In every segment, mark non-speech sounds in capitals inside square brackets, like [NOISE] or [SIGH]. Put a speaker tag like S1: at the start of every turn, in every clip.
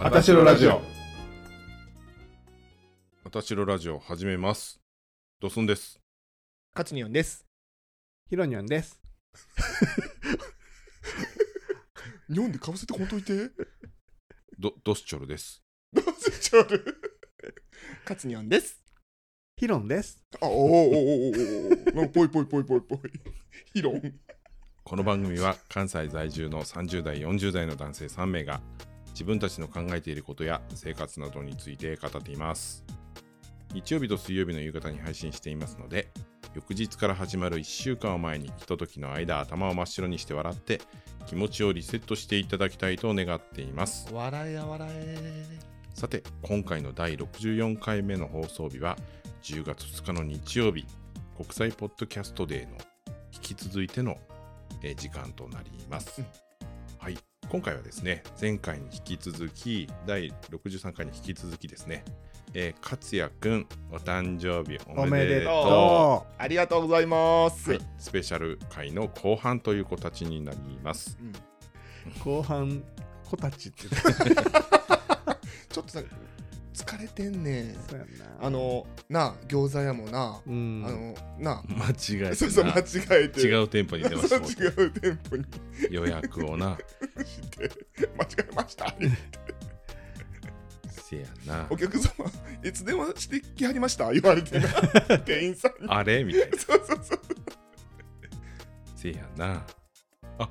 S1: あたしろラジオ。
S2: あたしろラジオ始めます。ドスンです。
S3: 勝によんです。
S1: ヒロニョ
S3: [LAUGHS]
S1: ンです。
S3: 日本でかぶせてこんといて。
S2: ド、ドスチョルです。
S3: どうせちゃう。勝によんです。
S1: ヒロンです。
S3: あ、おおおおおおお。ぽいぽいぽいぽいぽい。ヒロン。
S2: この番組は関西在住の30代、40代の男性3名が自分たちの考えていることや生活などについて語っています。日曜日と水曜日の夕方に配信していますので、翌日から始まる1週間を前にひとときの間頭を真っ白にして笑って気持ちをリセットしていただきたいと願っています。
S3: 笑えや笑え。
S2: さて今回の第64回目の放送日は10月2日の日曜日国際ポッドキャストデーの引き続いてのえー時間となります、
S3: うん
S2: はい今回はですね前回に引き続き第63回に引き続きですね、えー、勝也くんお誕生日お
S1: お
S2: め
S1: め
S2: で
S1: で
S2: とう
S1: と
S3: ありがとうございます。
S2: はい、スペシャル回の後半という形になります
S3: うん
S1: う。後半、子たちって言
S3: ちょっとさ、疲れてんねん。
S1: ったやんな。
S3: あ、の、なあ、餃子屋もな。
S1: うん。
S3: あの、な
S2: 間違
S3: あ。
S2: え
S3: そうそう、
S2: て
S3: 間
S2: な
S3: 違えて。
S2: 違う店舗に出まし
S3: そ
S2: た
S3: う違う店舗に
S2: [LAUGHS] 予約をな
S3: して間違えま [LAUGHS] した
S2: せや [LAUGHS] な
S3: お客様いつ電話してきはりました言われてな [LAUGHS] 店員さんに
S2: あれみたいな
S3: そうそうそう
S2: せやな。あ、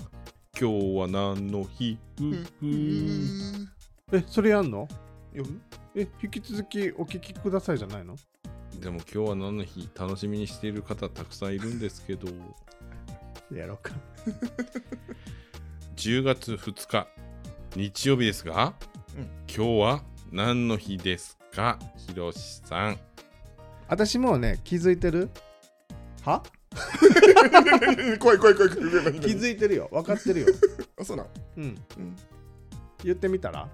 S2: 今日は何の日ふふ
S1: え、それやんの
S3: 夜
S1: え、引き続きお聞きくださいじゃないの
S2: でも今日は何の日楽しみにしている方たくさんいるんですけど、
S1: やろうか。
S2: 10月2日、日曜日ですが、
S3: うん
S2: 今日は何の日ですかひろしさん。
S1: 私もうね、気づいてるは
S3: [LAUGHS] 怖い怖い怖い怖い怖い
S1: 気づいてるよ。分かってるよ。
S3: あそうなん、
S1: うん。
S3: うん、
S1: 言ってみたら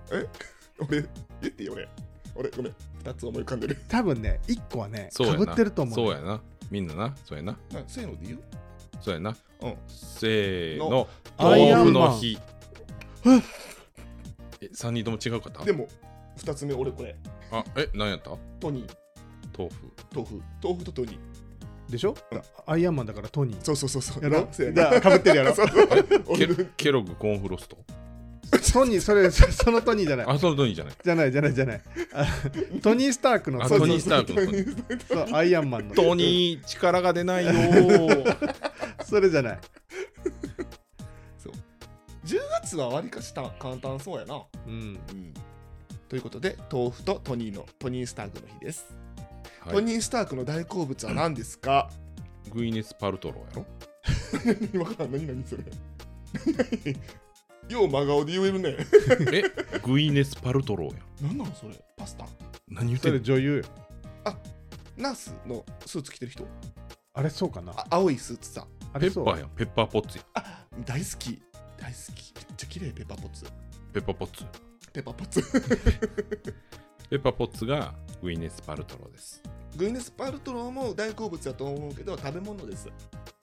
S3: 俺言っていい俺俺ごめん2つ思い浮かんでる
S1: 多分ね、1個はね、
S2: そうや
S1: か
S2: な。
S1: ぶってると思う。
S2: そうやな。みんなな。そうやな。
S3: あせーのでいいよ
S2: そうやな。
S3: うん
S2: せーの。
S1: アイア
S2: 豆腐
S1: ンマン
S2: の日。え、3人とも違う方
S3: でも2つ目俺これ
S2: あ、え、何やった
S3: トニー
S2: 豆腐。
S3: 豆腐豆腐とトニー
S1: でしょだアイアンマンだからトニー。
S3: そうそうそうそう
S1: や
S3: な
S1: ろ
S3: せー
S1: だ
S3: の
S1: からかぶってるやろ
S3: そうそう
S2: ケ
S3: 俺
S2: ロケロッグコーンフロスト。
S1: トニー、それ、そのトニーじゃない。
S2: あ、そのといいじゃない。
S1: じゃないじゃないじゃない。あトニー・スタークの
S2: あ
S1: そう
S2: トニースタークの
S3: トニースターク
S1: そうアイアンマンの。
S2: 本当に力が出ないよ。
S1: それじゃない。
S3: 10月はわりかした簡単そうやな
S1: うん。
S3: うんということで豆腐とトニーのトニー・スタークの日です、トニー・スタークの大好物は何ですか、
S2: グイネス・パルトローやろ
S3: 何 [LAUGHS] わからん何何それ何よう真顔で言えるね
S2: えグイネス・パルトローやん。
S3: 何なのそれパスタ
S2: 何言っ
S1: そ
S2: て
S1: れ
S2: る
S1: 女優よ。
S3: ナースのスーツ着てる人
S1: あれそうかな
S3: あ青いスーツさ
S1: あ
S2: ペッ
S1: れそう
S2: パーやん。ペッパーポッツやん。
S3: 大好き大好きめっちゃ綺麗ペッパーポッツ
S2: ペッパーポッツ。
S3: ペッパーポッツ
S2: ペッパーポッツがグイネス・パルトローです。
S3: グイネス・パルトローも大好物だと思うけど食べ物です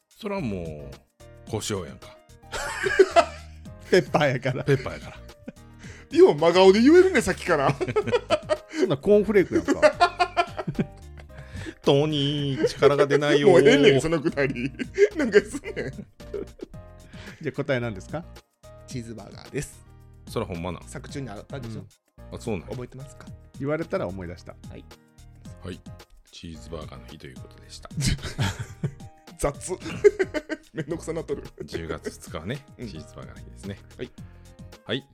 S2: それはもう、胡椒やんか。
S1: ペッパーやから。
S2: ペッパーやから。
S3: よう真顔で言えるねさっきから
S1: そんなコーンフレークやんか。
S2: トニー、力が出ないよ。
S3: もうええねんそのくだりなんかすんねん
S1: じゃあ答えなんですか
S3: チーズバーガーです
S2: それはほんまなん。
S3: 作中にあったでしょ、
S1: うん
S2: あ、そうなんや。
S3: 覚えてますか
S1: 言われたら思い出した。
S2: はい。チーズバーガーの日ということでした。
S3: 雑 [LAUGHS] めんどくさなっ [LAUGHS] とる
S2: 10月2日はね、チ
S3: うん
S2: ーズバーガーの日ですね。
S3: はい。
S2: はい。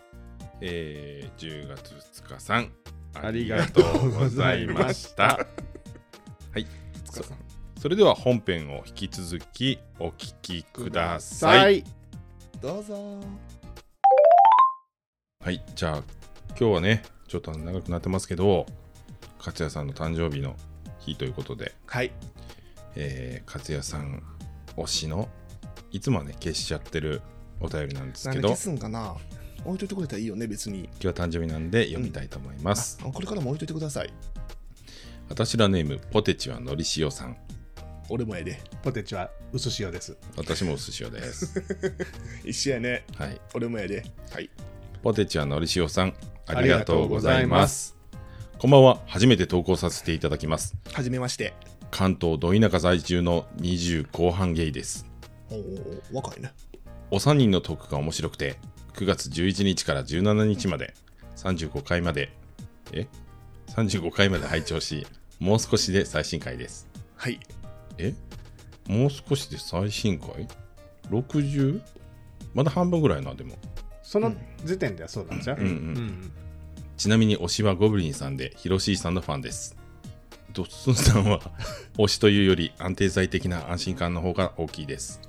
S2: えー、10月2日さん、あ
S1: あ
S2: り
S1: り
S2: が
S1: が
S2: と
S1: と
S2: う
S1: う
S2: ご
S1: ご
S2: ざ
S1: ざ
S2: い
S1: い
S2: ま
S1: ま
S2: し
S1: したた。
S3: 塚さん
S2: それでは本編を引き続きお聞きください。
S1: さい。
S3: どうぞ
S2: はい、じゃあ今日はね、ちょっと長くなってますけど、勝也さんの誕生日の日ということで、
S3: はい
S2: えー、勝也さん推しの、いつもはね、消しちゃってるお便りなんです
S3: なん
S2: け
S3: で
S2: ど、
S3: 消
S2: 今
S3: すんかな置いといてくれたらいいよね別に
S2: 日は誕生日なんで読みたいと思います。
S3: あこれからも置いといてください
S2: 私らネームポテチはのりしおさん
S3: 俺もええで
S1: ポテチは薄塩です。
S2: [LAUGHS] 私もお寿司屋です
S3: 一緒やね
S2: はい
S3: 俺もええではい
S2: ポテチはのりしおさん、ありがとうございます。こんばんは。初めて投稿させていただきます。
S3: はじめまして。
S2: 関東ど田舎在住の20後半ゲイです。
S3: おー若いね。
S2: お三人のトークが面白くて、9月11日から17日まで、35回まで、え ?35 回まで拝聴し、もう少しで最新回です。
S3: はい。
S2: えもう少しで最新回 ?60? まだ半分ぐらいな、でも。
S1: その時点ではそうなんじゃう
S2: うんうんちなみに推しはゴブリンさんで、ヒロシーさんのファンです。ドッスンさんは [LAUGHS] 推しというより安定剤的な安心感の方が大きいです。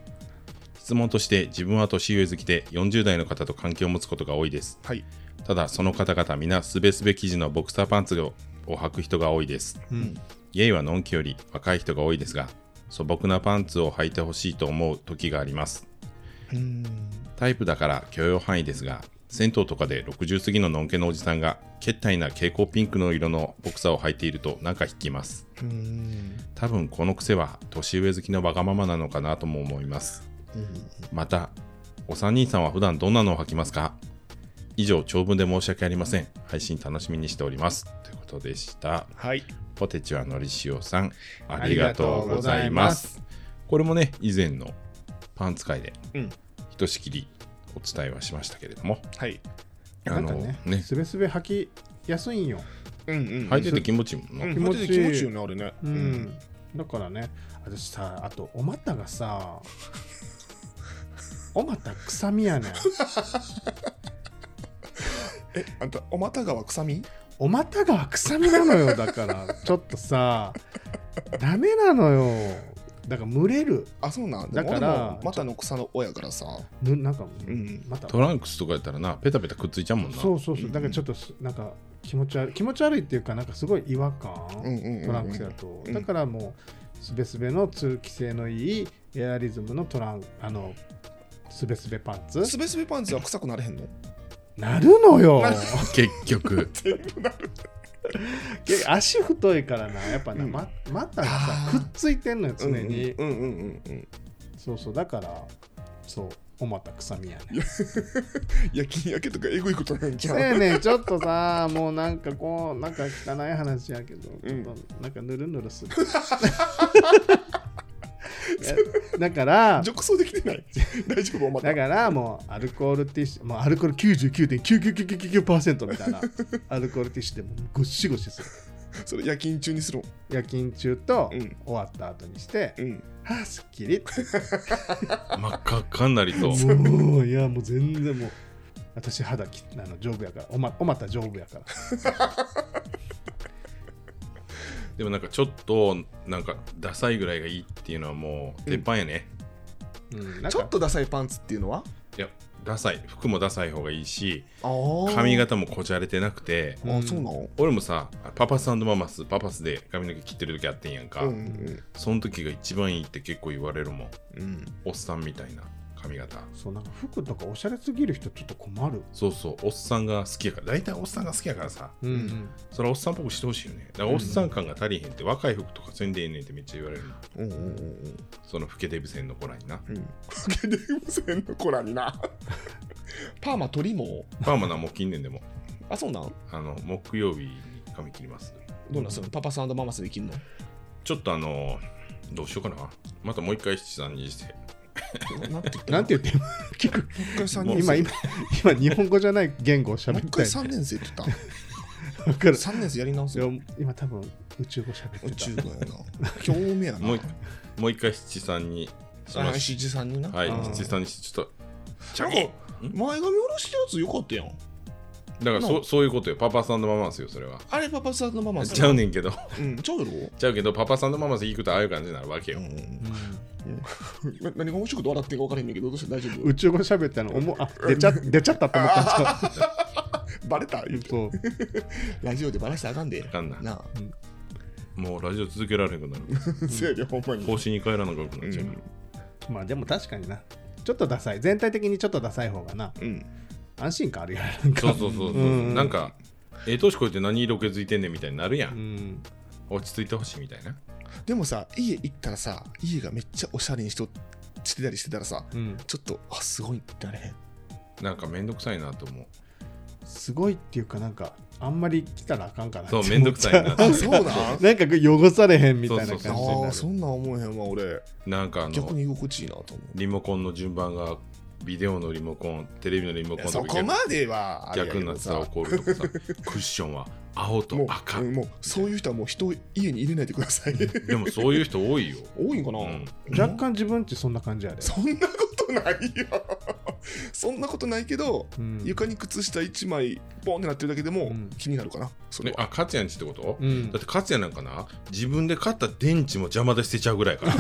S2: 質問として自分は年上好きで40代の方と関係を持つことが多いです。
S3: はい。
S2: ただその方々皆すべすべ生地のボクサーパンツを履く人が多いです。
S1: うん
S2: ゲイはのんきより若い人が多いですが、素朴なパンツを履いてほしいと思う時があります。
S3: うーん。
S2: タイプだから許容範囲ですが、銭湯とかで60過ぎののんけのおじさんが、けったいな蛍光ピンクの色のボクサーを履いているとなんか引きます。
S3: うーん。
S2: 多分この癖は年上好きのわがままなのかなとも思います。
S3: うん
S2: また、お三人さんは普段どんなのを履きますか以上、長文で申し訳ありません。配信楽しみにしております。ということでした。
S3: はい。
S2: ポテチはのりしおさん、ありがとうございます。これもね、以前のパンツ会で、
S3: うん
S2: ひとしきりお伝えはしましたけれども、
S3: はい。
S2: あ
S1: なんか
S2: の
S1: ね
S2: ね、
S1: すべすべ履きやすいんよ、
S3: うんうん。
S2: 履いてて気持ちいいもんな。
S3: うん
S1: 気持
S3: 持
S1: ちいい
S3: ち気持ちいいよね、あれね。
S1: うん。だからね私さあとお股がさお股臭みやねん
S3: え、あんた、お股川臭み
S1: お股が臭みなのよだから
S3: [LAUGHS]
S1: ちょっとさダメなのよだから蒸れる
S3: あ、そうなん
S1: だから
S3: でも俺も股の草の親からさ。
S1: ぬなんか、
S3: うん
S1: また
S2: トランクスとかやったらな、ペタペタくっついちゃうもんな。
S1: そうそうそううんだからちょっとすなんか気持ち悪い気持ち悪いっていうかなんかすごい違和感、
S3: うんうんうんうん
S1: トランクスだと、
S3: うん
S1: だからもうすべすべの通気性のいいエアリズムのトランあのすべすべパンツ
S3: すべすべパンツは臭くなれへんの
S1: なるのよ
S3: なる
S2: 結 [LAUGHS] 局、
S3: 全部なる。
S1: 足 [LAUGHS] 太いからなやっぱな、
S3: うん
S1: ままた
S3: あ
S1: さく
S3: ー
S1: っついてんのよ常に、
S3: うんうんうんうんうん。
S1: そうそうだからそうおまた臭みやね
S3: 焼き焼けとかえぐいことなんじゃ
S1: せ
S3: ん。
S1: やねんちょっとさもうなんかこうなんか汚い話やけど、
S3: うん
S1: ちょっとなんかぬるぬる
S3: [LAUGHS]
S1: するいやだ
S3: [LAUGHS]
S1: から
S3: 褥瘡できてない。大丈夫、お股
S1: だ。からもうアルコールティッシュもうアルコール99.99999%みたい
S3: [LAUGHS]
S1: なアルコールティッシュでもうゴシゴシする
S3: それ夜勤中にする
S1: 夜勤中と
S3: うん
S1: 終わった後にして、
S3: ん。うん。
S1: はあすっきりって
S2: 真っ赤っかになりそう。
S1: もういやもう全然もう私肌きあの丈夫やからおまおまた丈夫やから
S2: でもなんかちょっと、なんかダサいぐらいがいいっていうのはもう、鉄板やね。
S1: うんなん
S3: ちょっ
S1: か
S3: とダサいパンツっていうのはい
S2: や、ダサい。服もダサい方がいいし、
S3: あ
S2: 髪。型もこじゃれてなくて、
S3: あ、そうなの
S2: 俺もさ、パパスママス、パパスで髪の毛切ってる時あってんやんか、
S3: うん
S2: その時が一番いいって結構言われるもん。
S3: うんうん。
S2: おっさんみたいな髪型。
S1: そうなんか服とかおしゃれすぎる人ちょっと困る
S2: そうそう、おっさんが好きやから、大体おっさんが好きやからさ、
S1: うん
S3: うん
S2: それはおっさんっぽくしてほしいよね。だからおっさん感が足りへんって、若い服とかせんでええねんってめっちゃ言われるの。
S3: うんうんうん
S2: その老けデブ戦の子らにな。
S3: うん。うん。ゲデム戦の子らに [LAUGHS] な。パーマ取りも。
S2: パーマなもう近年でも、
S3: あ、そうなん
S2: あの、木曜日に髪切ります。
S3: どうなんそのパパさんママスできんの
S2: ちょっとあの、どうしようかな。またもう一回七三にして。
S3: なんて言った
S1: なんて言っても聞く
S3: 今
S1: 今今今日本語じゃない言語を
S3: もう
S1: 喋
S3: 一
S1: った
S3: 回
S1: よ
S3: 3年生って言っ
S1: わか
S3: [LAUGHS]
S1: る
S3: た。3年生やり直す
S1: いや
S3: よ。
S1: 今多分宇宙語喋って
S3: 宇
S1: た
S3: 宙だよな。興味やな。
S2: もう一もう一回七三にし
S3: あ
S2: ま
S3: あ
S2: す。
S3: 七時さんにな。
S2: はい
S1: あ、ー
S2: 七三にして、ちょっと。チ
S3: な
S2: ャ
S3: ん
S2: キ
S3: か前髪下ろしたやつよかったやん。
S2: だからそそういうことよ。パパさんのままですよ、それは。
S3: あれパパさんママス。
S2: ちゃうねんけど。
S3: うん、ちゃうやろ。
S2: ちゃうけど、パパさんのままで行くとああいう感じになるわけ
S3: う
S2: よ。
S3: ん
S1: うん
S3: な何が面白くて笑ってんか分からへんねんけど、どうして大丈夫
S1: 宇宙語喋ったの思うあ出ちゃ出ちゃったと思ったんちゃ
S3: バレた
S1: うそう
S3: ラジオでバラしたらあかんで。
S2: あかんな
S3: な
S2: もうラジオ続けられなくなる。
S3: あ。せやで、ほんまに。
S2: 更新に帰らなくなっちゃうから。
S1: まあでも確かになちょっとダサい全体的にちょっとダサい方がな
S3: うん。
S1: 安心感あるやんなんか
S2: そうそうそうそう、
S1: うん
S2: なんか、ええ年こいて何色気づいてんねんみたいになるやん。
S1: うん
S2: 落ち着いてほしいみたいな。
S3: でもさ、家行ったらさ、家がめっちゃおしゃれにしとしてたりしてたらさ、
S1: うん
S3: ちょっと、あ、すごいってなれへん。 [LAUGHS]
S2: なんかめんどくさいなと思う。
S1: すごいっていうかなんかあんまり来たらあかんかな
S2: そう
S1: って
S2: めんどくさい
S1: 思っ
S2: な
S1: ちゃ
S3: あそうなん
S1: う [LAUGHS] なんかこう汚されへんみたいな
S2: そう
S1: 感
S2: そう
S1: じ
S2: そう
S1: に
S3: あ
S1: な
S3: あ
S1: る
S3: そんなん思えへんわ俺
S2: なんかあ
S3: 逆
S2: の
S3: に居心地いいなと思う
S2: リモコンの順番がビデオのリモコンテレビのリモ
S3: い
S2: コン
S3: やそ
S2: と
S3: こ
S2: か
S3: まではあれや
S2: 逆
S3: け
S2: になっ
S3: ど
S2: てたら
S3: さ
S2: 怒るとかさクッションは青と
S3: も
S2: 赤
S3: ううんもうそういう人はもう人を家に入れないでください
S2: でもそういう人多いよ
S3: [LAUGHS] 多いんかな、
S2: うん
S1: 若干自分ってそんな感じやで、
S3: そんなことないよ [LAUGHS] そんなことないけど
S1: うん
S3: 床に靴下1枚ボンってなってるだけで
S1: う
S3: も
S1: ん
S3: 気になるかな、それ
S2: ね
S3: は
S2: あ勝也んちってこと、
S1: うん
S2: だって勝也なんかな自分で買った電池も邪魔で捨てちゃうぐらい [LAUGHS] から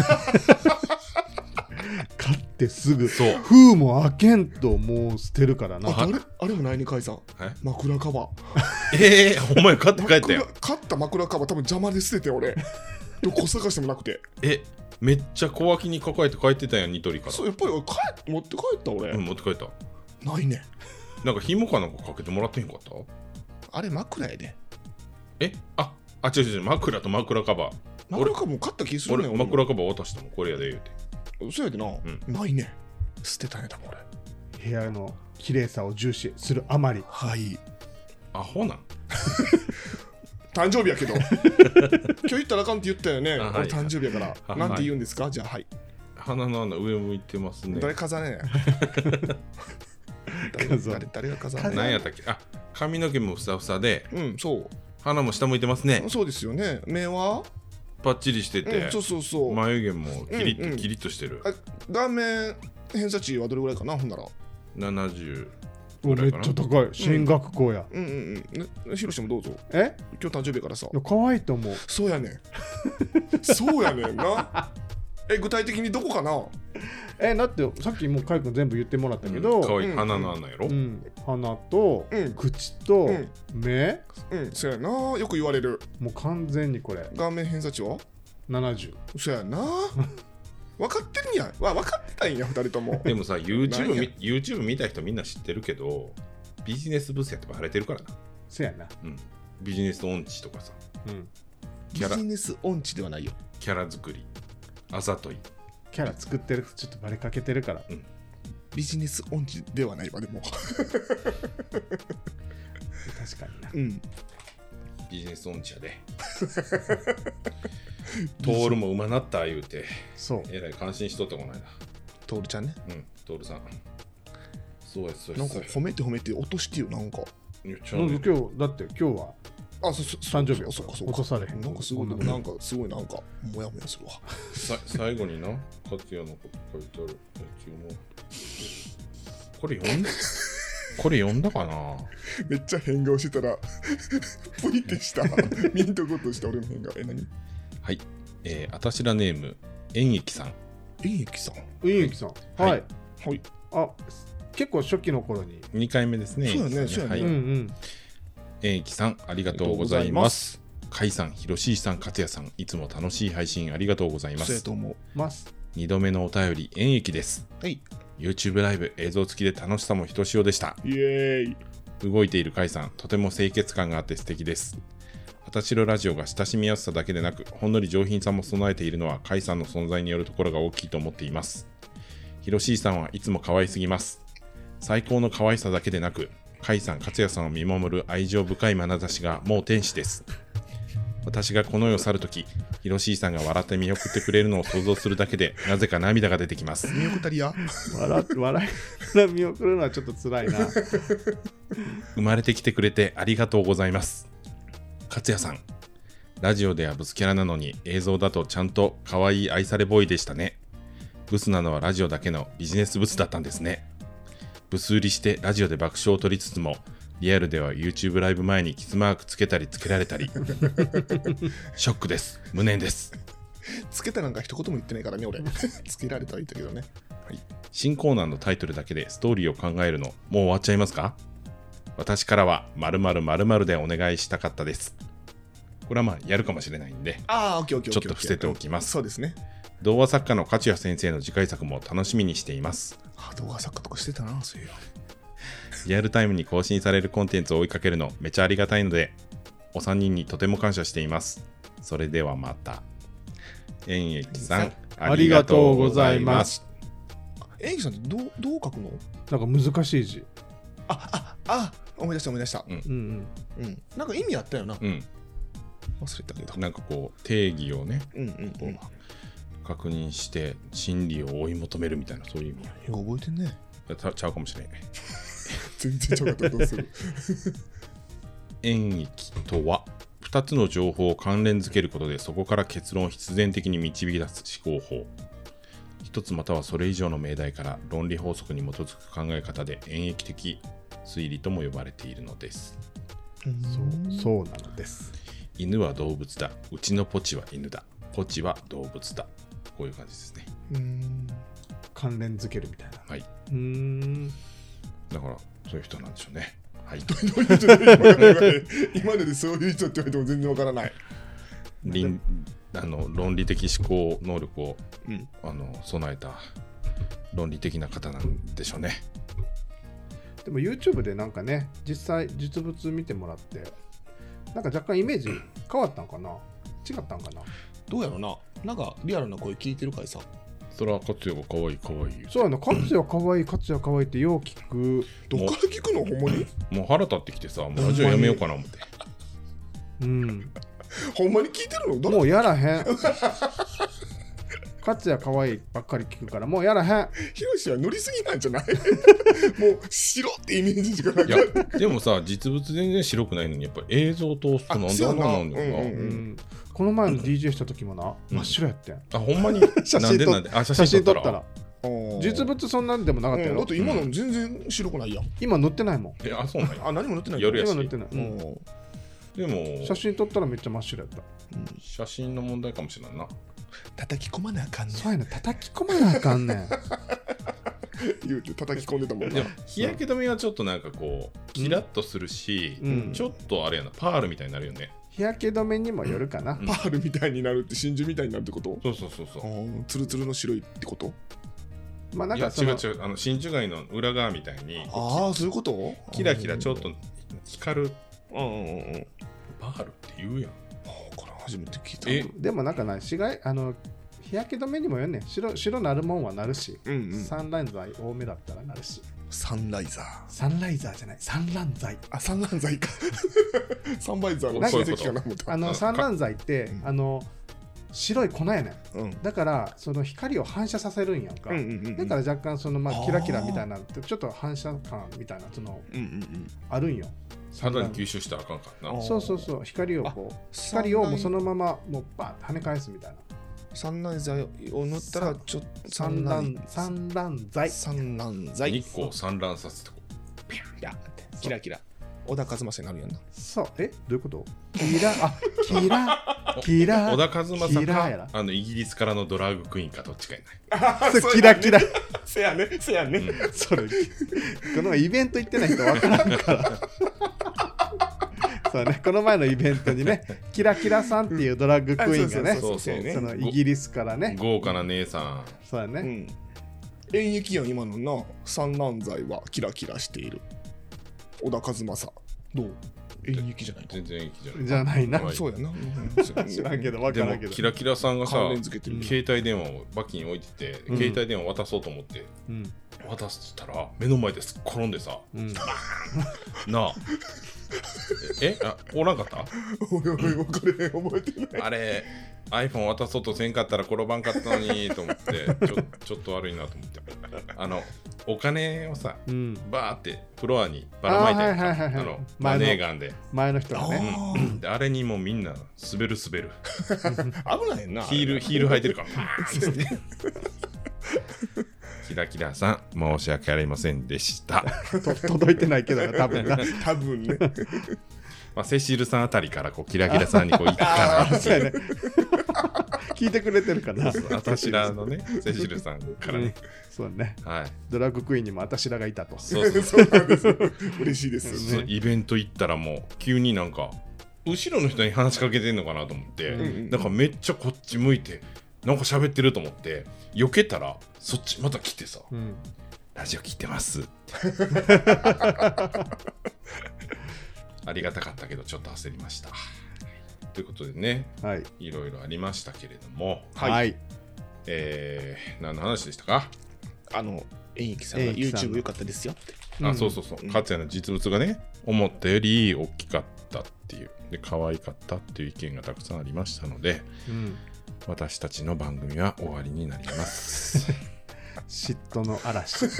S1: 買ってすぐ
S2: そう
S1: 封も開けんともう捨てるからな
S3: ああれあれもないね解散
S2: え
S3: 枕カバー
S2: ええお前買って帰ったよ
S3: 枕買った枕カバー多分邪魔で捨てて
S2: [LAUGHS]
S3: 俺どこ探してもなくて
S2: えめっちゃ小脇に抱えて帰ってたやんニトリか
S3: そうやっぱり俺帰っ持って帰った俺、
S2: ら、うん、持って帰った
S3: ないね
S2: なんか紐かなんかかけてもらってへんかった
S3: あれ枕やで
S2: えああ違う違う違う枕と枕カバー俺
S3: 枕カバーも買った気するね
S2: 俺
S3: ん
S2: 枕カバー渡したもんこれやで言うて
S3: そうやでな、
S2: ん
S3: ないね捨てたね多分俺
S1: 部屋の綺麗さを重視するあまり
S3: はい
S2: アホなん
S3: 誕生日やけど
S2: [LAUGHS]
S3: 今日言ったらあかんって言ったよね、
S2: あはい
S3: 俺誕生日やから、
S2: あ
S3: なんて言うんですかじゃあはい、
S2: 鼻の穴上向いてますね
S3: 誰飾れね誰
S1: 飾る
S3: 誰誰が飾れ
S2: 何やったっけあ髪の毛もふさふさで
S3: うんそう
S2: 鼻も下向いてますね
S3: そうですよね目は、
S2: パッチリしてて、
S3: うん、そうそうそう、
S2: 眉毛もキリッと、
S3: うんうん
S2: キリッとしてる
S3: あ顔面偏差値はどれぐらいかなほんなら
S2: 70
S1: お
S2: ぐら
S1: め
S2: い
S1: っ
S2: かな
S1: ちゃ高い進学校や、
S3: うんうんうんねヒロシもどうぞ
S1: え
S3: 今日誕生日やからさ
S1: いや可愛いと思う
S3: そうやねんそうやねんなえ具体的にどこかな
S1: えだってさっきもうかいくん全部言ってもらったけ
S2: う
S1: ど、
S2: ん可愛い
S3: うん
S2: 鼻の穴やろ、
S1: うん鼻と
S3: うん
S1: 口と
S3: うん
S1: 目、
S3: うんそうやなよく言われる
S1: もう完全にこれ
S3: 顔面偏差値は
S1: 70
S3: そうやな分かってるんやわ分かってたんや二人とも
S2: でも
S3: [LAUGHS]
S2: さ YouTube,
S3: 何や
S2: み YouTube 見た人みんな知ってるけどビジネスブスやってば晴れてるからな、
S1: せやな、
S2: うん、ビジネス音痴とかさ
S1: うん、
S2: キャラ
S3: ビジネス音痴ではないよ
S2: キャラ作りあざとい
S1: キャラ作ってるってちょっとバレかけてるから
S3: ビジネス音痴ではないわでも
S1: 確かにな
S3: うん
S2: ビジネス音痴や
S3: [LAUGHS]
S2: でトールも馬なった言うて
S1: そう
S2: えらい感心しとったこないだ
S3: トールちゃんね
S2: うんトールさんそうやそう
S3: な
S2: や
S3: んか褒めて褒めて落としてよなんか
S2: いやちょ
S1: 今
S2: うど
S1: 日だって今日は
S3: あそうそう
S1: 誕生日
S3: あそうかそう
S1: 落
S3: か
S1: とされへん
S3: なんかすごい
S1: 女
S3: で
S1: の
S3: も
S1: 子
S3: なんかすごいなんかモヤモヤするわ [LAUGHS]
S2: さ最後にな、勝也のこと書いてあるやつも。これ読んだこれ読んだかな
S3: めっちゃ変顔してたら [LAUGHS] ポイって [LAUGHS] したミントごとした俺の変顔え何
S2: はい。えー、あたしらネーム、演劇さん。
S3: 演劇さん
S1: ウィンユキさん
S2: はい
S1: はい
S3: はい
S1: あ結構初期の頃に
S2: 2回目ですね。
S3: そうやね
S2: 演劇さん
S3: そうやね
S1: うん
S2: はい
S1: うん
S2: 演劇さん、ありがとうございます。甲斐さん、ひろしいさん、勝也さん、いつも楽しい配信ありがとうございま
S3: そうや
S2: す。
S3: と思う
S1: ます
S2: 2度目のお便り、演劇です。
S3: はい
S2: YouTube ライブ映像付きで楽しさもひとしおでした。
S3: イエーイ
S2: 動いている甲斐さん、とても清潔感があって素敵です。あたしろラジオが親しみやすさだけでなく、ほんのり上品さも備えているのは甲斐さんの存在によるところが大きいと思っています。ひろしいさんはいつも可愛すぎます。最高の可愛さだけでなく、甲斐さん、勝也さんを見守る愛情深い眼差しがもう天使です。私がこの世を去るとき、ひろしいさんが笑って見送ってくれるのを想像するだけで、なぜか涙が出てきます。
S3: 見送ったりや
S1: 笑笑いが見送るのはちょっと辛 [LAUGHS] いな
S2: 生まれてきてくれてありがとうございます。勝也さん、ラジオではブスキャラなのに映像だとちゃんと可愛い愛されボーイでしたね。ブスなのはラジオだけのビジネスブスだったんですね。ブス売りしてラジオで爆笑を取りつつも、リアルでは YouTube ライブ前にキスマークつけたりつけられたり。 [LAUGHS] ショックです。無念です。
S3: つけたなんか一言も言ってないからね俺 [LAUGHS] つけられたら言ったけどね
S2: 新コーナーのタイトルだけでストーリーを考えるのもう終わっちゃいますか私からは〇〇〇〇でお願いしたかったです。これはまあやるかもしれないんで、
S3: ああオッケーオッケー
S2: ちょっと伏せておきます
S3: そうですね
S2: 童話作家の勝谷先生の次回作も楽しみにしています。
S3: あ動画作家とかしてたなそういう
S2: リアルタイムに更新されるコンテンツを追いかけるのめちゃありがたいので、お三人にとても感謝しています。それではまた。演劇さん、
S1: ありがとうございます。
S3: 演技さんってどうどう書くの
S1: なんか難しい字
S3: あああ思い出した思い出した、
S1: うん
S3: うん、なんか意味あったよな
S2: うん、
S3: 忘れたけど
S2: なんかこう定義をね
S3: うんうんうん
S2: 確認して真理を追い求めるみたいなそういう意味
S3: よう覚えてんね
S2: ちゃちゃうかもしれない
S3: 全然ちょかったどうする
S2: 演劇とは2つの情報を関連づけることでそこから結論を必然的に導き出す思考法一つまたはそれ以上の命題から論理法則に基づく考え方で演疫的推理とも呼ばれているのです
S1: うん。そう、そうなのです。
S2: 犬は動物だうちのポチは犬だポチは動物だこういう感じですね
S3: [LAUGHS] うーん
S1: 関連づけるみたいな。
S2: はいう
S1: ーん。
S2: だからそういう人なんでしょうねはい
S3: どういう人今ので今のでそういう人って言われても全然わからない、
S2: 倫あの論理的思考能力を
S3: うん、
S2: あの備えた論理的な方なんでしょうね
S1: でも YouTube でなんかね、実際実物見てもらって、なんか若干イメージ変わったんかな違ったんかな
S3: どうやろななんかリアルな声聞いてるからさ
S2: それは勝也が可愛い可愛い
S1: そうやな、勝也かわいい、勝也かわいいってよう聞く。
S3: どっから聞くのほんまに
S2: もう腹立ってきてさもうラジオやめようかな思って
S1: うん。
S3: [LAUGHS] ほんまに聞いてるのど
S1: もうやらへん。勝也かわいいばっかり聞くから、もうやらへん。
S3: ヒロシは乗りすぎなんじゃない [LAUGHS] もう白ってイメージしかない
S2: いやでもさ実物全然白くないのにやっぱ映像通すとなんであんななんだよな、
S3: あそうやなうんうん
S1: うんこの前の DJ した時もな、
S2: うん
S1: 真っ白やってん。
S2: あほんまに
S1: 写真撮っ
S2: なんでなんであ写真撮ったら
S1: 実物そんなんでもなかった
S3: うん
S1: よ、
S3: だって今の全然白くないやん
S1: 今載ってないもん
S2: えあそうなんや
S3: あ何も乗ってない
S2: やるや
S1: 今
S2: つ
S1: 載ってない、
S3: う
S1: うん
S3: ん
S2: でも
S1: 写真撮ったらめっちゃ真っ白やった
S2: 写真の問題かもしれないな
S3: 叩き込まなあ [LAUGHS] かんね
S1: そうやね叩き込まなあかんねん
S3: 言うて叩き込んでたもん
S2: で
S3: な
S2: も日焼け止めはちょっとなんかこうキラッとするし、
S1: うん
S2: ちょっとあれやなパールみたいになるよね
S1: 日焼け止めにもよるかな、
S2: うん
S3: パールみたいになるって真珠みたいになるってこと
S2: そうそうそうそう
S3: ツルツルの白いってこと
S1: まあなん
S2: い
S1: か
S2: や
S1: そ
S2: 違う
S1: の
S2: 違うあの真珠貝の裏側みたいに
S3: ああそういうこと
S2: キラキラちょっと光る
S3: うんうんうんうん
S2: パールって言うやん
S3: これ初めて聞
S2: え
S3: いた
S1: でもなんかな紫外あの日焼け止めにもよるねん白白なるもんはなるし、
S3: うんうん
S1: サンラン剤多めだったらなるし
S3: サンライザー
S1: サンライザーじゃないサンラン剤
S3: あサンラン剤か [LAUGHS] サンバイザーの
S2: なんか
S3: 親戚かな思った
S1: あの
S2: うん
S1: サンラン剤って
S3: うん
S1: あの白い粉やねん
S3: うんうん
S1: だからその光を反射させるんやんか、
S3: うんうん
S1: だから若干そのま
S3: あー
S1: あキラキラみたいなちょっと反射感みたいなその
S3: うんうん
S1: あるんよ
S2: 肌に吸収したらあかんから
S3: あ
S2: な
S3: ー
S1: そうそうそう光をこう光をもうそのままもうバーッと跳ね返すみたいな
S3: サンライザーを塗ったらちょっと
S1: 散乱散乱剤
S3: 散乱剤
S2: 日光散乱させてこう
S3: ピャーってキラキラ小田和正になる [LAUGHS] やんな
S1: そうえどういうことキラあキラキラ
S2: 小田和正
S1: キラーやな
S2: かあのイギリスからのドラァグクイーンかどっちかやない
S1: そうキラキラ
S3: せやねせやね
S1: それこのイベント行ってない人分からんからそうねこの前のイベントにねキラキラさんっていうドラッグクイーンが
S3: あ
S1: ね
S3: そうそうそう
S2: そう
S3: そ
S1: そ
S3: う
S1: のイギリスからね
S2: 豪華な姉さ
S1: そうだね、
S3: うん演劇やん今のな散乱剤はキラキラしている小田和正どう演劇じゃない
S2: ん全然いい気じゃない
S1: じゃないな
S2: は。い
S3: そうやな
S1: 知らんけど、
S2: で
S1: 分から
S2: も
S1: んけど。
S2: キラキラさんがさ
S3: 関連付けてる
S2: 携帯電話をバキに置いてて、
S1: うん
S2: 携帯電話渡そうと思って
S1: うん。
S2: 渡したら目の前ですっ転んでさ
S1: うん。
S2: なあ
S1: [LAUGHS]
S2: えあおらんかった
S3: おいおい分かれへん覚えてない
S2: あれ iPhone 渡そうとせんかったら転ばんかったのにと思ってちょちょっと悪いなと思ってあのお金をさ
S1: うん。
S2: バーってフロアにばらまいて
S1: あーはいはいはいはい
S2: あのマ
S1: 前の
S2: ネーガンで,、
S1: 前の人がね。
S2: うん、であれにもうみんな滑る滑る
S3: 危ないな
S2: ヒールヒール履いてるからパーンってキラキラさん申し訳ありませんでした、
S1: と届いてないけどな、多分な。
S3: 多分ね
S2: まあ、セシルさんあたりからこうキラキラさんにこう行くかなって
S1: そうやね。聞いてくれてるかな。
S2: あたしらのねセシルさんからね、
S1: そうね。
S2: はい
S1: ドラッグクイーンにも私らがいたと。
S2: そうそう
S3: そうなんですよ嬉しいです
S2: そうイベント行ったらもう急になんか後ろの人に話しかけてんのかなと思って、
S1: うん
S2: なんかめっちゃこっち向いてなんか喋ってると思って避けたらそっちまた来てさ
S1: うん。
S2: 「ラジオ聞いてます」って [LAUGHS] ありがたかったけどちょっと焦りました。ということでね
S1: はい。
S2: いろいろありましたけれども、
S3: はい
S1: い。
S2: えー、何の話でしたか
S3: あの演劇さんが
S1: 演劇さん
S3: YouTube
S1: の
S3: 良かったですよって
S2: あそうそうそう、
S3: うん
S2: かつやの実物がね思ったより大きかったっていうで可愛かったっていう意見がたくさんありましたので
S1: うん、
S2: 私たちの番組は終わりになります
S3: [LAUGHS]
S1: 嫉妬の嵐
S2: 甲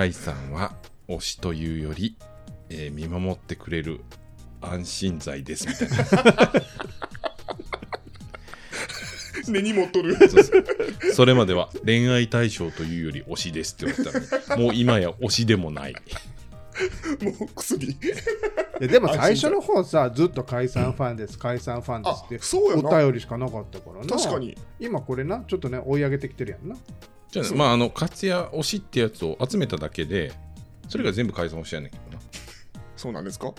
S2: 斐さんは推しというより、えー見守ってくれる安心剤ですみたいな
S3: 根に持っとる
S2: そうそう
S3: [LAUGHS]
S2: それまでは恋愛対象というより推しですって言われてたのにもう今や推しでもない
S3: もう薬
S1: いやでも最初の方さずっと解散ファンです、解散ファン
S3: あ
S1: です
S3: そうや
S1: ってお
S3: な
S1: 便りしかなかったからな
S3: 確かに
S1: 今これなちょっとね追い上げてきてるやんな
S2: じゃあね、
S3: そう
S2: まあ、あの、かつや推しってやつを集めただけで、それが全部解散推しやねんけどな。
S3: そうなんですか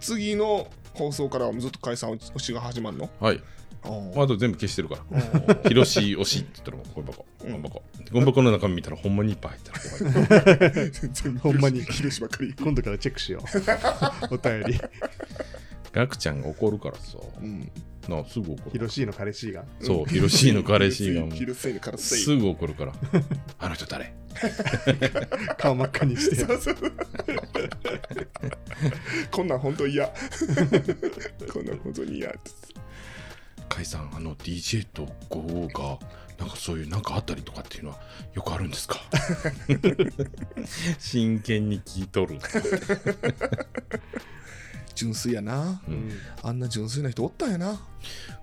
S3: 次の放送からはずっと解散推しが始まるの
S2: はい。
S3: あー
S2: あと全部消してるから。 [LAUGHS] 広し推しって言ったら、ゴミ箱。ゴミ箱。ゴミ箱の中身見たら、ほんまにいっぱい入ってる。
S3: 全然
S1: ほんまに
S3: 広しばっかり、
S1: 今度からチェックしよ [LAUGHS] うお便り
S2: ガクちゃんが怒るからさ。
S3: うん、
S2: なあ、すぐ怒る。
S1: 広しいの彼氏が
S2: そう、広しの彼氏がもう、
S3: [LAUGHS] 広しの彼氏
S2: すぐ怒るから。あの人誰
S1: 顔真っ赤にして
S3: そうそう [LAUGHS] こんなん本当嫌 [LAUGHS] こんなん本当に嫌です
S2: 解散、あの DJ と GO が、なんかそういう、なんかあったりとかっていうのは、よくあるんですか真剣に聞いとる。
S3: 純粋やな
S2: う
S1: うんん
S3: あんな純粋な人おったんやな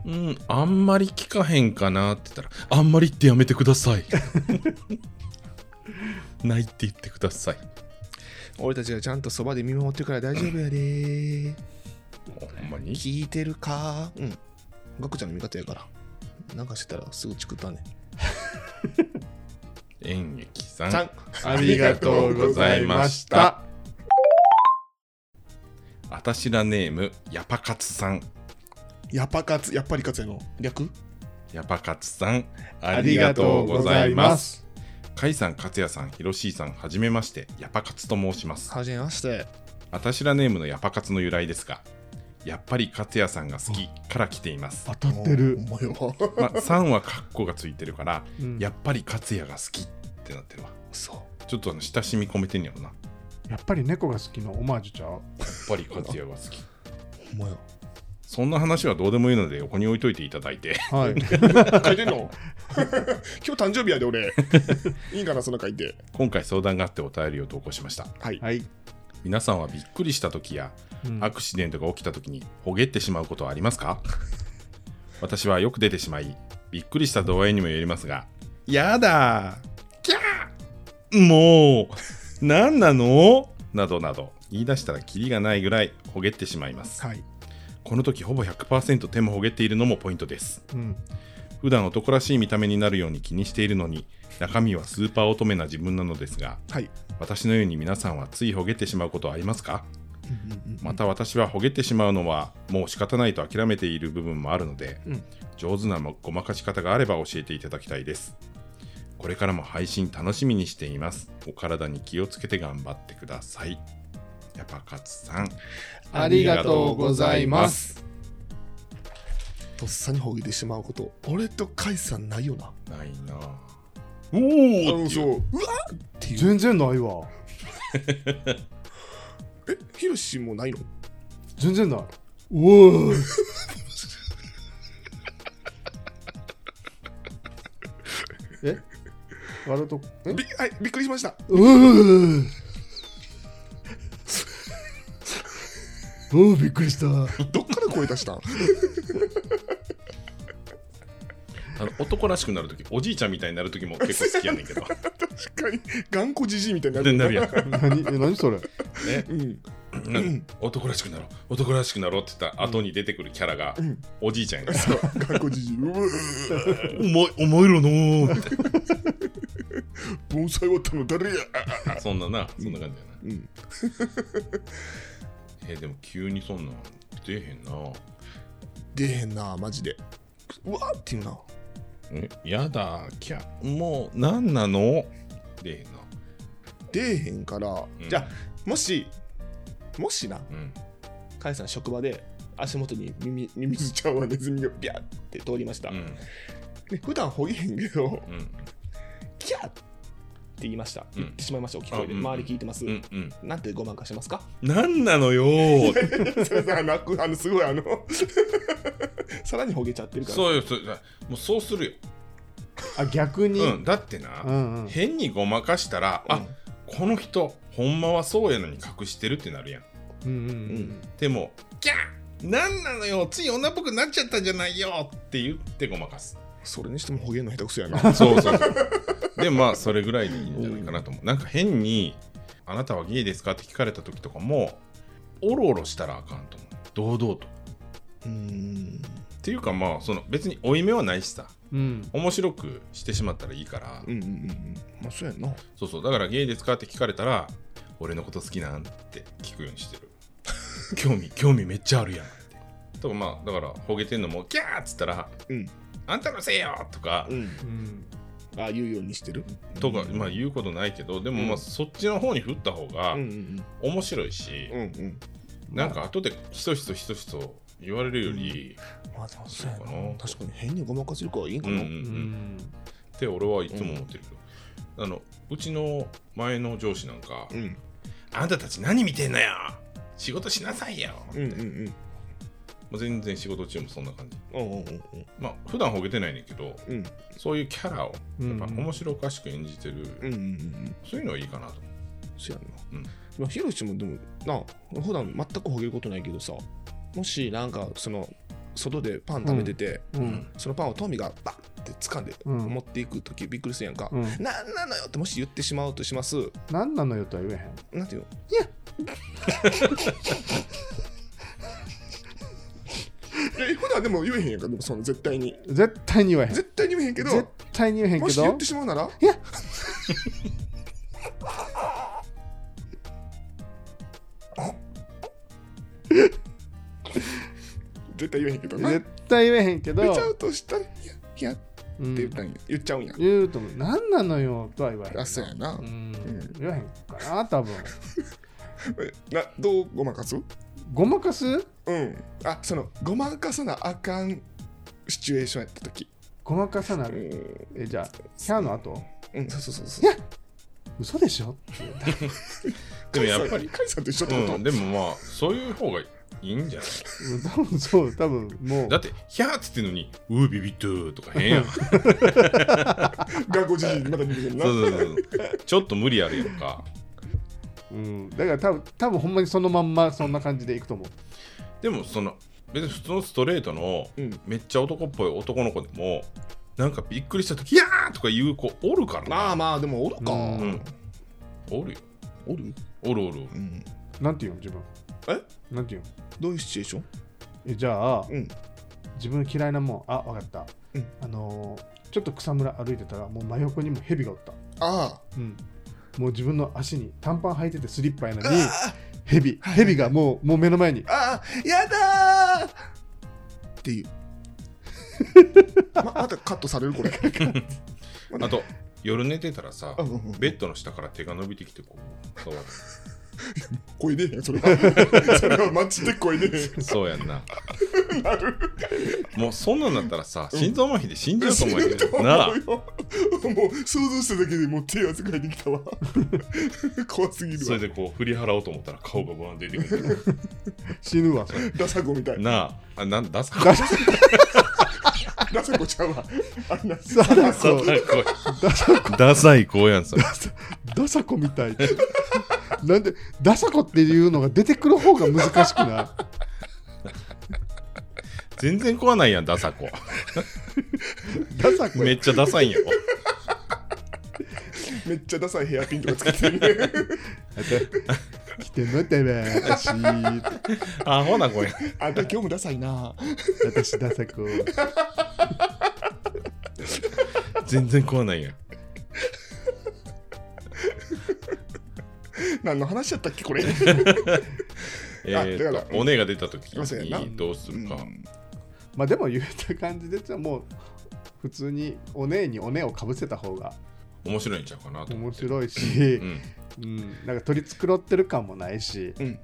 S2: うん、あんまり聞かへんかなって言ったら、あんまりってやめてください。ないって言ってください。
S3: 俺たちがちゃんとそばで見守ってるから大丈夫やでー
S2: ほんまに
S3: 聞いてるかうんガクちゃんの味方やからなんかしてたらすぐチクったね
S2: 演劇さん
S3: さん
S2: ありがとうございました。あたしらネーム、ヤパカツさん。
S3: やっぱかつやっぱりかつやの略
S2: ヤパカツさん、あ
S1: あ
S2: り
S1: り
S2: が
S1: が
S2: と
S1: と
S2: う
S1: う
S2: ご
S1: ご
S2: ざ
S1: ざ
S2: い
S1: い
S2: ま
S1: ますす。
S2: かいさん、かつやさん、ひろしーさん、はじめまして、ヤパカツと申します。
S3: はじめまして
S2: あたしらネームのヤパカツの由来ですが、やっぱりかつやさんが好きから来ています。
S1: 当たってる、
S3: お前は
S2: まあ、3はカッコがついてるから、
S1: うん
S2: や
S1: や
S2: っぱり勝也が好きってなってるわ。
S3: そう
S2: ちょっとあの親しみ込めてんやろな。や
S1: っぱり猫が好きのオマージュちゃう
S2: っぱり勝也が好き。
S3: お前は
S2: そんな話はどうでもいいので横に置いといていただいて。
S1: はい
S3: 書いてんの [LAUGHS] 今日誕生日やで [LAUGHS] 俺いいんかなそんな書いて
S2: 今回相談があってお便りを投稿しました。
S3: はい
S1: はい、
S2: 皆さんはびっくりした時や
S1: うん
S2: アクシデントが起きた時にほげってしまうことはありますか [LAUGHS] 私はよく出てしまい、びっくりした度合いにもよりますが、やだキャーもうなんなのなどなど言い出したらキリがないぐらいほげってしまいます。
S3: はい
S2: この時ほぼ100%手もほげているのもポイントです
S1: うん
S2: 普段男らしい見た目になるように気にしているのに中身はスーパー乙女な自分なのですが
S3: はい
S2: 私のように皆さんはついほげてしまうことはありますかまた私はほげてしまうのはもう仕方ないと諦めている部分もあるので、
S1: うん
S2: 上手なごまかし方があれば教えていただきたいですこれからも配信楽しみにしていますお体に気をつけて頑張ってくださいやっぱ勝さん
S1: ありがとうございます
S3: とっさにほげてしまうこと俺と甲斐さんないよな
S2: ないなあ
S3: お
S2: ー
S3: お
S2: っていう
S3: そううわーっていう
S1: 全然ないわ
S3: えヒロシもないの
S1: 全然ないおおえ笑うとえ
S3: び,、はい、びっくりしました
S1: うーおおびっくりした
S3: どっから声出 [LAUGHS] したん
S2: あの男らしくなるとき、おじいちゃんみたいになるときも結構好きやねんけど。
S3: 確かに頑固じじいみたいに
S2: [LAUGHS]
S3: な
S2: で
S3: る
S2: なるやん、
S1: 何え何それ
S3: うん
S2: なんか男らしくなろう、男らしくなろうって言った後に出てくるキャラが、
S3: ん
S2: おじいちゃんが、
S3: そう頑固じじいうわー
S2: お前、お前らのーって
S3: 盆栽終わったの誰や
S2: そんなな、そんな感じやな。
S3: うん
S2: [LAUGHS] えーでも急にそんなん出えへんな。
S3: 出えへんなマジでうわーっていうな
S2: えやだ、キャ、もう、なんなの出えへんな。
S3: 出えへんから、
S2: うん
S3: じゃあもしもしな
S2: うん。
S3: 甲斐さん職場で足元に耳ミミズちゃんはネズミがビャーって通りました、
S2: うん。
S3: で普段ほげへんけど [LAUGHS]
S2: うん。
S3: キャーっ言いました。
S2: うん
S3: 言ってしまいました、大きい声で。
S2: あうん
S3: 周り聞いてます。
S2: うんうん。
S3: なんてごまか
S2: [LAUGHS]
S3: しますか
S2: なんなのよー
S3: それさ、泣く、あの、すごい、あの、 [LAUGHS] さらにほげちゃってるから。
S2: そうよ、そうよもうそうする
S1: あ逆に、
S2: よ。うん、だってな、
S1: うんうん
S2: 変にごまかしたら、
S3: うん
S2: あこの人、ほんまはそうやのに隠してるってなるやん。
S1: うんうん
S3: うん
S2: でも、キャーなんなのよつい女っぽくなっちゃったじゃないよって言ってごまかす。
S3: それにしてもほげんの下手くそやな。
S2: そうそうそう。でもまあ、それぐらいでいいんじゃないかなと思う。なんか変に、あなたはゲイですかって聞かれた時とかも、おろおろしたらあかんと思う。堂々と。
S3: うーん。
S2: っていうかまあ、その別に負い目はないしさ。
S1: うん
S2: 面白くしてしまったらいいから、
S3: うんうんうんうん。まあ、そうやんな。
S2: そうそうだからゲイですかって聞かれたら俺のこと好きなんって聞くようにしてる興味興味めっちゃあるやんってとかまあだからほげてんのもキャーっつったら
S3: うん。
S2: あんたのせいよとか、
S3: うん。
S1: うん
S3: ああ、言うようにしてる。
S2: とかまあ言うことないけどでもま
S3: う
S2: あ
S3: ん
S2: そっちの方に振った方が
S3: うんうん
S2: 面白いし
S3: うん。う、んうん。
S2: なんか後でひそひそひそひそ言われるより、
S3: まあ、でもそうや
S2: そうかな
S3: な。確かに変にごまかせるからいいん
S2: う
S3: か
S2: んうん
S3: な。
S2: う、
S1: うんん
S2: って俺はいつも思ってるけど、あのうちの前の上司なんか、
S3: うん。
S2: あんたたち何見てんのよ仕事しなさいよ、
S3: うんうんうん。
S2: もう全然仕事中もそんな感じ
S3: うんうんうんうん。
S2: まあ普段ほげてないねんけど
S3: うん
S2: そういうキャラを
S1: うん
S2: やっぱ面白おかしく演じてる、
S3: うんうんうん。
S2: そういうのはいいかなと
S3: そうやんな。
S2: うん
S3: まあ、ひろしもでもな普段全くほげることないけどさもしなんかその外でパン食べてて、
S1: うん
S3: そのパンをトミがバッて掴んで
S1: うん
S3: 持っていく時びっくりするやんか、
S1: うん
S3: なんなのよってもし言ってしまうとします
S1: 何なのよとは言えへん
S3: なんていうのいやいや普段でも言えへんやんかでもその絶対に
S1: 絶対に言わへん絶
S3: 絶対に言えへんけど
S1: 対に言えへん
S3: も
S1: け
S3: し言っ
S1: ど
S3: てしまうなら
S1: いや
S3: 絶対言えへんけどな
S1: 絶対言えへんけど
S3: 出ちゃうとしたらいやいやって
S1: うん
S3: 言ったんや、言っちゃうんや
S1: 言うと思う何なのよとは言わへん
S3: あそうやな,、
S1: うん
S3: ん
S1: 言わへんかな多分
S3: などうごまかす
S1: ごまかす
S3: うんあそのごまかさなあかんシチュエーションやった時
S1: ごまかさな
S3: う
S1: い
S3: ん、
S1: えじゃあキャーの後
S3: うん、そうそうそうそう
S1: いや嘘でしょっていう
S2: でもやっぱり
S3: りカイさんと一緒ってこと、
S2: うんでもまあそういう方がいいんじゃない
S1: うん多分そう多分もう
S2: だってキャーっつってんのに「うービビッとー」とか変や
S3: [LAUGHS]
S2: んそう
S3: 学校自身まだ見てるな
S2: そうそうそうちょっと無理あるやんか
S1: うんだから多分多分ほんまにそのまんまそんな感じでいくと思う
S2: でもその別に普通のストレートの
S3: うん
S2: めっちゃ男っぽい男の子でもなんかびっくりした時「キャー!」とか言う子おるからな
S3: まあまあでもおるか、
S1: うん
S2: うん、おるよ
S3: おる、
S2: おるおるおる
S3: うん、
S1: なんて言うの自分
S3: え
S1: なんて言うの
S3: どういうシチュエーション
S1: えじゃあ
S3: うん
S1: 自分嫌いなもんあわかった、
S3: うん
S1: あのーちょっと草むら歩いてたらもう真横にも蛇がおった、
S3: あ
S1: うん、もう自分の足に短パン履いててスリッパやの
S3: あ
S1: に蛇蛇がもうもう目の前に
S3: ああやだーって
S2: [LAUGHS]
S3: いうままたカットさ
S2: [LAUGHS]
S3: れるこれ
S2: あと夜寝てたらさ
S3: うんうんうん
S2: ベッドの下から手が伸びてきてこうそう
S3: 声出えへんそれ
S2: [LAUGHS]
S3: はそれはマジで声出えへん
S2: そうやんなもうそんなんだったらさ心臓麻痺で死んじゃうと
S3: 死
S2: 思う
S3: ぬ
S2: よ
S3: と思うよ
S2: なあ
S3: もう想像しただけでもう手汗かいてきたわ怖すぎる
S2: それ
S3: わ
S2: でこう振り払おうと思ったら顔がバーン出てくる
S1: 死ぬわそれ
S3: ダサ子みたいな
S2: なああなんださ
S1: ダサ
S3: ダサ子ちゃうわあんな
S1: ダサ
S2: ダサ
S1: 子
S2: い子ダサい子やんそれ
S1: ダサ子みたい [LAUGHS] ってなんでダサ子っていうのが出てくる方が難しくない
S2: 全然怖ないやんダサ子
S1: ダサ子
S2: めっちゃダサいんやろ
S3: めっちゃダサいヘアピンとかつけてるね
S1: [LAUGHS] 来てんのてめえ私
S2: あほな子や
S3: あんた今日もダサいな
S1: 私ダサ子
S2: 全然怖ないやん
S3: 何の話やったっけこれ
S2: え
S3: だ
S2: ー
S3: か
S2: と
S3: ら
S2: おねが出た時
S3: そうやな
S2: にどうするか
S3: うん
S1: まあでも言えた感じでじゃあもう普通におねえにおねえをかぶせた方が
S2: 面白いんちゃうかなと思っ
S1: 面
S2: て
S1: 白いし
S2: う、ん
S1: うん、なんか取り繕ってる感もないし、
S3: うん
S1: うん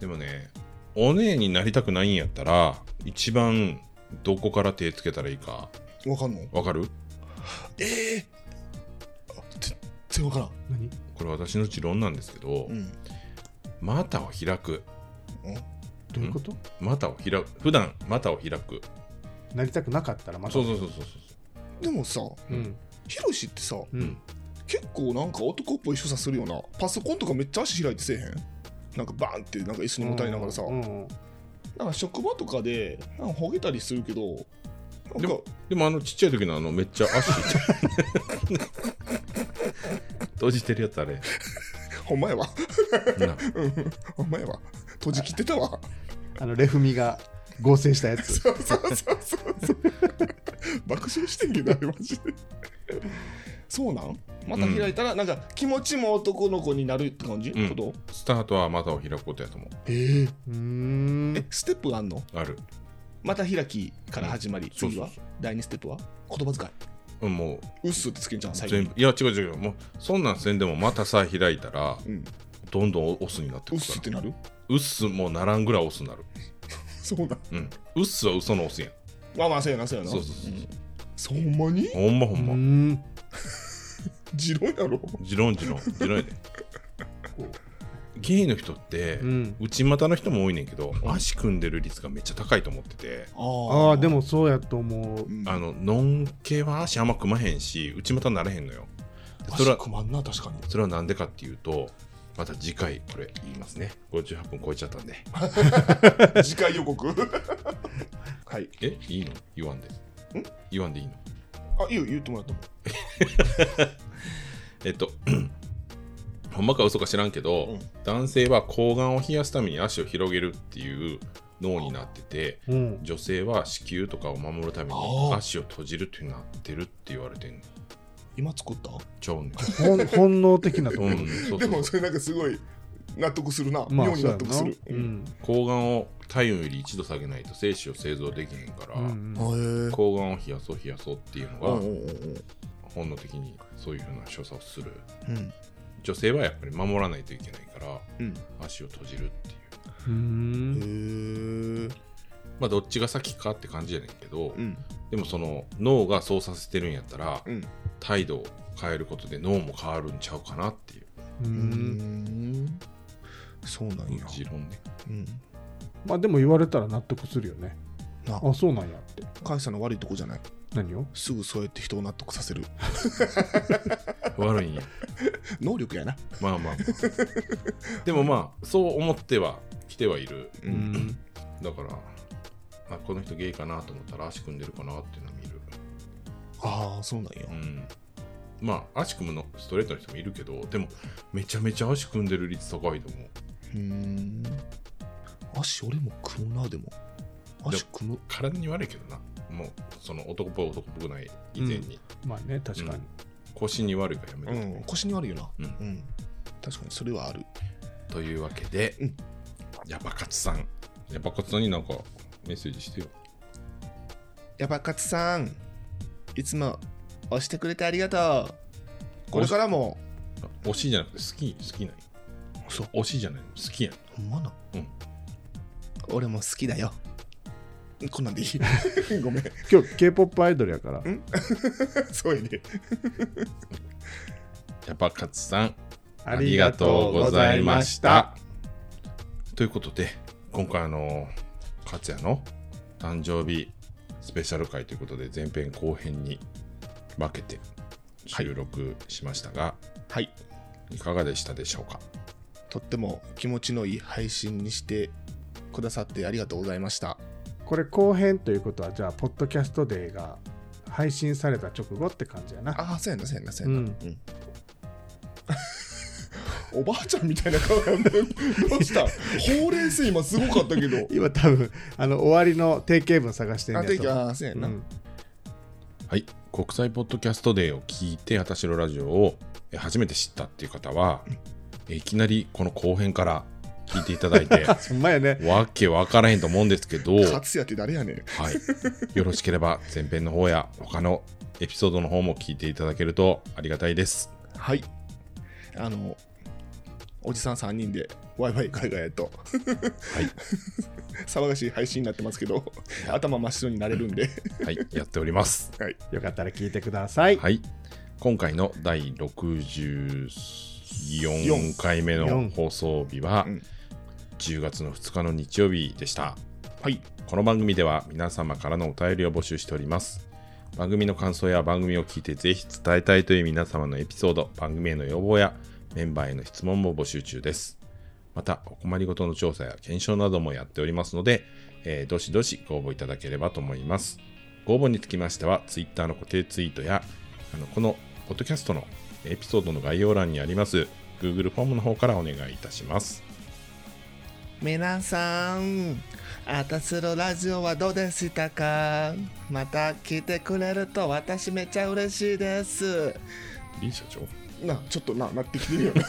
S2: でもね、お姉になりたくないんやったら、一番どこから手つけたらいいか、
S3: わかんの
S2: わかる
S3: ええーあ、絶然わからん
S1: 何
S2: これ私の持論なんですけど、
S3: うん
S2: 股を開く
S1: どういうこと
S2: 股を開く普段股を開く
S1: なりたくなかったらまた
S2: そうそうそうそう
S3: でもさ
S1: うん
S3: ヒロシってさ
S1: うん
S3: 結構なんか男っぽい所作するよなパソコンとかめっちゃ足開いてせえへんなんかバーンってなんか椅子にもたれながらさ、
S1: うんうん
S3: なんか職場とかでなんかほげたりするけどなん
S2: で
S3: か
S2: もでもあのちっちゃい時のあのめっちゃ足閉じてるやつあれ
S3: ほんまや [LAUGHS] わ
S2: な
S3: ほんまやわ閉じ切ってた
S2: [LAUGHS]
S3: わ
S1: あのレフミが合成したやつ
S3: そうそうそうそうそう爆笑してんけどあれマジでそうなんまた開いたらなんか気持ちも男の子になるって感じ、
S2: うん
S3: こと
S2: スタートは股を開くことやと思う
S3: ええ
S1: うーん
S3: えステップがあんの
S2: ある
S3: また開きから始まり、
S2: そう
S3: 次
S2: そう
S3: は第2ステップは言葉遣
S2: うんもう
S3: い「うっす」ってつけんじゃん最
S2: 全
S3: 近
S2: 部いや違う違うもうそんなんせんでもまたさ開いたら
S3: うん
S2: どんどんオスになってく
S3: うっ
S2: る
S3: すっ
S2: か
S3: てなる
S2: らうっすもうならんぐらいオスになる
S3: そうなん
S2: うんうっすは嘘のオスやん
S3: まあまあそうやなそうやな
S2: そうそうそう
S3: うんそんなに
S2: ほんまほ
S1: うん
S2: ま
S1: ん
S3: 持論やろ
S2: ジロンジロンジロンやでゲイの人って
S1: うん
S2: 内股の人も多いねんけど
S3: うん
S2: 足組んでる率がめっちゃ高いと思ってて
S1: あ
S3: あ
S1: あでもそうやと思う
S2: あ
S3: の
S2: のノン系は足あんま組まへんし内股になれへんのよでそ
S3: 足
S2: れは
S3: 困んな確かに
S2: それはなんでかっていうとまた次回これ言いますね58分超えちゃったんで
S3: 次回予 [LAUGHS] 告はい
S2: えいいの言わんで言わんでいいの
S3: あいいよ言ってもらっても
S2: えっと [CLEARS THROAT] ほんまか嘘か知らんけど、
S3: うん
S2: 男性は睾丸を冷やすために足を広げるっていう脳になってて
S1: うん
S2: 女性は子宮とかを守るために
S3: あー
S2: 足を閉じるってなってるって言われてんの
S3: 今作った
S2: ちゃうねん
S1: ほ [LAUGHS] ん本能的なとこ
S2: う
S1: ろ
S2: んそう
S3: で
S2: そう
S3: もそれなんかすごい納得するな
S1: まあ
S3: 妙に納得する
S1: そうやなうん
S2: 睾丸を体温より一度下げないと精子を製造できへんから、
S1: うんうん
S3: うんへえ
S2: 睾丸を冷やそう冷やそうっていうの
S3: うんう
S2: が
S3: んうん
S2: 本能的にそういうふうな所作をする
S3: うん
S2: 女性はやっぱり守らないといけないから
S3: うん
S2: 足を閉じるっていう
S1: うーん
S3: へえ
S2: まあどっちが先かって感じやねんけど、
S3: うん
S2: でもその脳がそうさせてるんやったら、
S3: うん
S2: 態度を変えることで脳も変わるんちゃうかなっていう
S1: う
S3: うんんそうなんや
S2: 持論ね
S3: うん
S1: まあでも言われたら納得するよね
S3: な
S1: あそうなんやって
S3: 甲斐さんの悪いとこじゃない
S1: 何を
S3: すぐそうやって人を納得させる
S2: 悪いんや
S3: 能力やな
S2: まあまあ、ま
S3: [LAUGHS]
S2: あ、でもまあそう思っては来てはいる
S3: う
S1: うん
S2: だから、まあ、この人ゲイかなと思ったら足組んでるかなっていうのを見る
S3: ああそうなん
S2: う
S3: や
S2: んまあ足組むのストレートの人もいるけどでもめちゃめちゃ足組んでる率高いと思う
S3: うん足俺も組むなでも足組む
S2: 体に悪いけどなもうその男っぽい男っぽくない以前に、
S1: まあね確かに
S2: 腰に悪いからやめ
S3: う
S2: て、
S3: ん腰に悪いよな
S2: うん
S3: うん確かにそれはある
S2: というわけで、
S3: うん
S2: ヤバカツさんヤバカツさんになんかメッセージしてよ
S3: やばかつさんいつも押してくれてありがとうこれからも
S2: あ推しじゃなくて好き好きない
S3: そう
S2: 推しじゃないの好きやん
S3: ほんまな
S2: うん
S3: 俺も好きだよこんなんでいい [LAUGHS] ごめん
S1: 今日 k p o p アイドルやから
S3: そうやね
S2: ヤバカツさんありがとうございましたということで今回あの勝也の誕生日スペシャル回ということで前編後編に分けて収録しましたが、
S3: はい
S2: い、かがでしたでしょうか
S3: とっても気持ちのいい配信にしてくださってありがとうございました
S1: これ後編ということはじゃあポッドキャストデーが配信された直後って感じやな
S3: ああそうやなそうやなそう
S1: う
S3: やな、
S1: ん
S3: おばあちゃんみたいな顔やんどうしたほう [LAUGHS] れい線今すごかったけど
S1: 今多分あの終わりの定型文探してん
S3: あ
S1: ねやと思う
S3: あそうやな、
S1: うん
S2: はい、国際ポッドキャストデーを聞いて、あたしろラジオをえー初めて知ったっていう方は、えーいきなりこの後編から聞いていただいて、
S1: ほんまやね
S2: わけわからへんと思うんですけど、は
S3: 勝也って誰やねん
S2: い、よろしければ前編の方や他のエピソードの方も聞いていただけるとありがたいです。
S3: はいあのおじさん3人で w i f i 海外へと、 [LAUGHS] 騒がしい配信になってますけど頭真っ白になれるんで
S2: はい、やっております。
S1: よかったら聞いてください
S2: はい、今回の第64回目の
S1: 四
S2: 放送日は
S3: うん
S2: 10月の2日の日曜日でした。
S3: はい
S2: この番組では皆様からのお便りを募集しております。番組の感想や番組を聞いてぜひ伝えたいという皆様のエピソード、番組への要望やメンバーへの質問も募集中です。また、お困りごとの調査や検証などもやっておりますので、えーどしどしご応募いただければと思います。ご応募につきましては、Twitter の固定ツイートや、あのこのポッドキャストのエピソードの概要欄にあります Google フォームの方からお願いいたします。
S4: 皆さん、あたするラジオはどうでしたかまた聞いてくれると私めちゃ嬉しいです。
S2: リー社長
S3: なちょっとななってき
S4: [LAUGHS]
S3: てるよな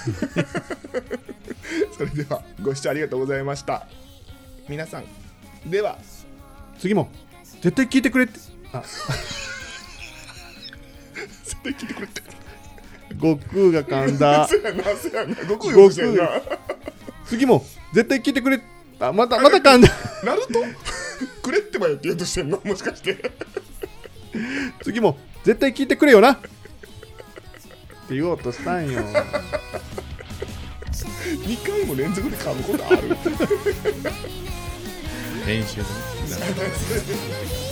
S3: それではご視聴ありがとうございました皆さんでは
S1: 次も絶対聞いてくれってあ
S3: 絶対聞いてくれって
S1: 悟空が噛んだ
S3: そやなそやな悟空よくしてんな
S1: 悟次も絶対聞いてくれあまたまた噛んだ
S3: ナルト [LAUGHS] くれってばよって言おうとしてんのもしかして
S1: 次も絶対聞いてくれよなって言おうとしたんよ
S3: 2回も連続で噛むことある
S2: 編集でね。
S5: 「君の胸に